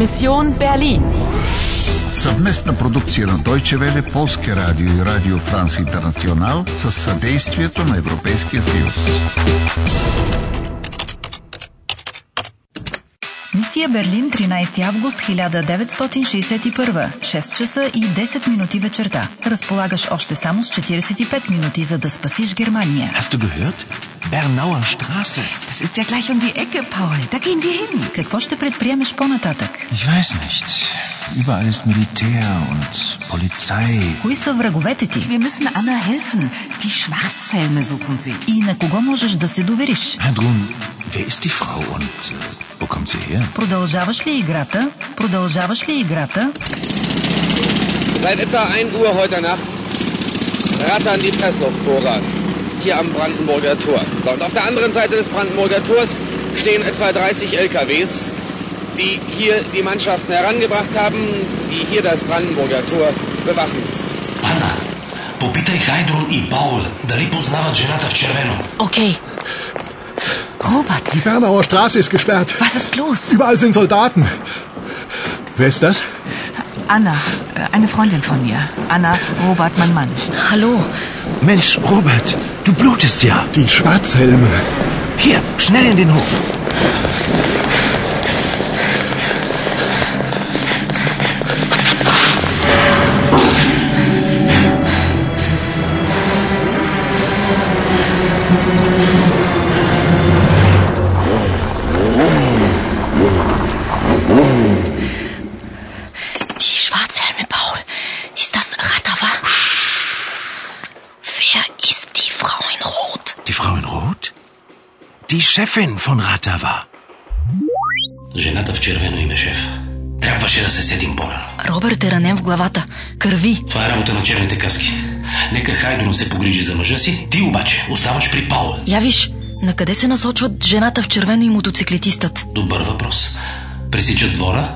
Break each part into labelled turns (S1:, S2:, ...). S1: Mission Berlin.
S2: Съвместна продукция на Deutsche Welle, Полския радио и Радио Франс Интернационал с съдействието на Европейския съюз.
S3: Мисия Берлин, 13 август 1961, 6 часа и 10 минути вечерта. Разполагаш още само с 45 минути, за да спасиш Германия.
S4: Hast du gehört? Bernauer Straße.
S5: Das ist ja gleich um die Ecke, Paul. Da gehen wir hin.
S3: Какво ще предприемеш по-нататък?
S4: Ich weiß nicht. Überall ist Militär und Polizei.
S3: Кои са враговете ти?
S5: Wir müssen Anna helfen. Die Schwarzhelme suchen sie.
S3: И на кого можеш да се довериш?
S4: Herr Drun, wer ist die Frau und äh, wo kommt sie her?
S3: Продължаваш ли играта? Продължаваш ли играта?
S6: Seit etwa 1 Uhr heute Nacht rattern die Pressluftbohrer hier am Brandenburger Tor. So, und auf der anderen Seite des Brandenburger Tors stehen etwa 30 LKWs, die hier die Mannschaften herangebracht haben, die hier das Brandenburger Tor bewachen.
S7: Ана, попитай Хайдрон и Паул дали познават жената в червено.
S5: Okay. Robert,
S8: Die Bernauer Straße ist gesperrt.
S5: was ist los?
S8: Überall sind Soldaten. Wer ist das?
S5: Anna, äh, eine Freundin von mir. Anna, Robert, mein Mann.
S1: Hallo.
S4: Mensch, Robert, du blutest ja.
S8: Die Schwarzhelme.
S4: Hier, schnell in den Hof.
S1: Die Schwarzhelme, Paul. Ist das Ratava? Wer ist die Frau in Rot?
S4: Die Frau in Rot? Die Chefin von Ratava.
S7: Жената в червено има шеф. Трябваше да се сетим по-рано.
S1: Робърт е ранен в главата. Кърви.
S7: Това е работа на черните каски. Нека Хайдрон се погрижи за мъжа си, ти обаче оставаш при Паул.
S1: Я виж, на къде се насочват жената в червено и мотоциклетистът?
S7: Добър въпрос. Пресичат двора.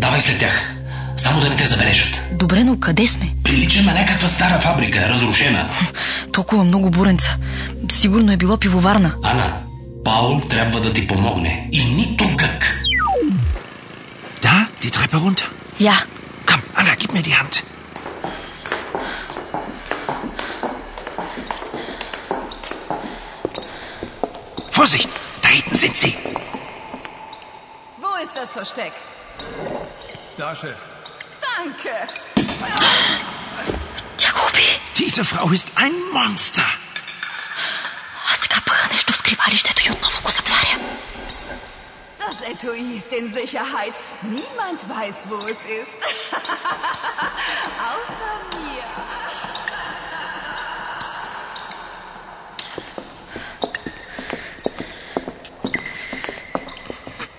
S7: Давай след тях. Само да не те забележат.
S1: Добре, но къде сме?
S7: Прилича на някаква стара фабрика, разрушена.
S1: Толкова много буренца. Сигурно е било пивоварна.
S7: Ана, Паул трябва да ти помогне. И нито гък.
S4: Da, die Treppe runter.
S1: Я,
S4: Komm, Anna, gib mir die Hand. Vorsicht, da hinten sind sie.
S9: Wo ist das Versteck?
S10: Da, Chef.
S9: Danke.
S1: тя го уби.
S4: Diese Frau ist ein Monster.
S1: А сега пъха нещо в скривалището и отново го затваря.
S9: Das Etui ist in Sicherheit. Niemand weiß, wo es ist. Außer mir.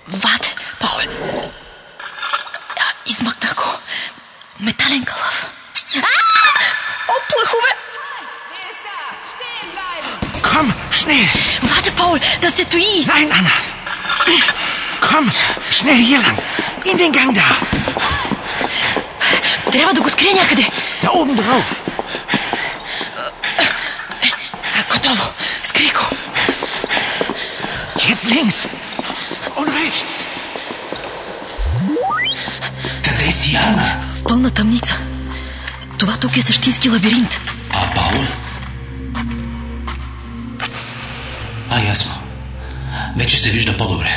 S1: Вате, Паул. А, измъкна го. Метален кълъв. Ah! А! О, плахове!
S9: Wer ist da? Stehen bleiben!
S4: Komm, schnell.
S1: Вате, Паул, да се тои!
S4: Nein, Anna. Komm, schnell hier lang. In den Gang da.
S1: Трябва да го скрия някъде.
S4: Da oben drauf.
S1: А, готово. Скри го.
S4: Jetzt links. Und rechts.
S7: Къде си, Ана?
S1: В пълна тъмница. Това тук е същински лабиринт.
S7: А Паул? А, ясно. Вече се вижда по-добре.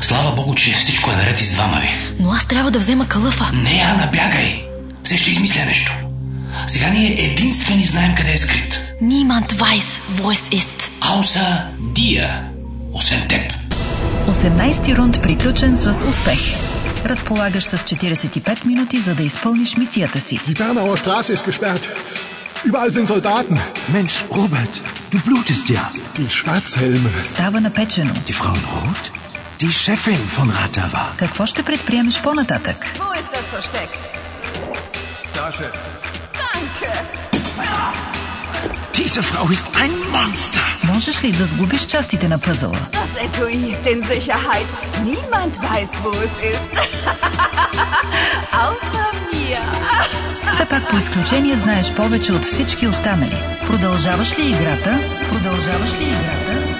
S7: Слава Богу, че всичко е наред и с двама ви.
S1: Но аз трябва да взема калъфа.
S7: Не, Ана, бягай! Все ще измисля нещо. Сега ние единствени знаем къде е скрит.
S1: Niemand weiß, wo es ist.
S7: Ауса Дия, освен теб.
S3: 18 рунд приключен с успех. Разполагаш с 45 минути, за да изпълниш мисията си.
S8: Die Bernauer Straße ist gesperrt. Überall sind Soldaten.
S4: Mensch, Robert, du blutest ja.
S8: Die Schwarzhelme.
S3: Става напечено.
S4: Die Frau in Rot? Die Chefin von Ratava.
S3: Какво ще предприемеш по-нататък?
S9: Wo ist das Versteck?
S10: Da, Chef.
S9: Danke.
S4: Diese Frau ist ein Monster.
S3: Можеш ли да сгубиш частите на пъзъла?
S9: Das Etui ist in Sicherheit. Niemand weiß, wo es ist. Außer mir.
S3: Все пак по изключение знаеш повече от всички останали. Продължаваш ли играта? Продължаваш ли играта?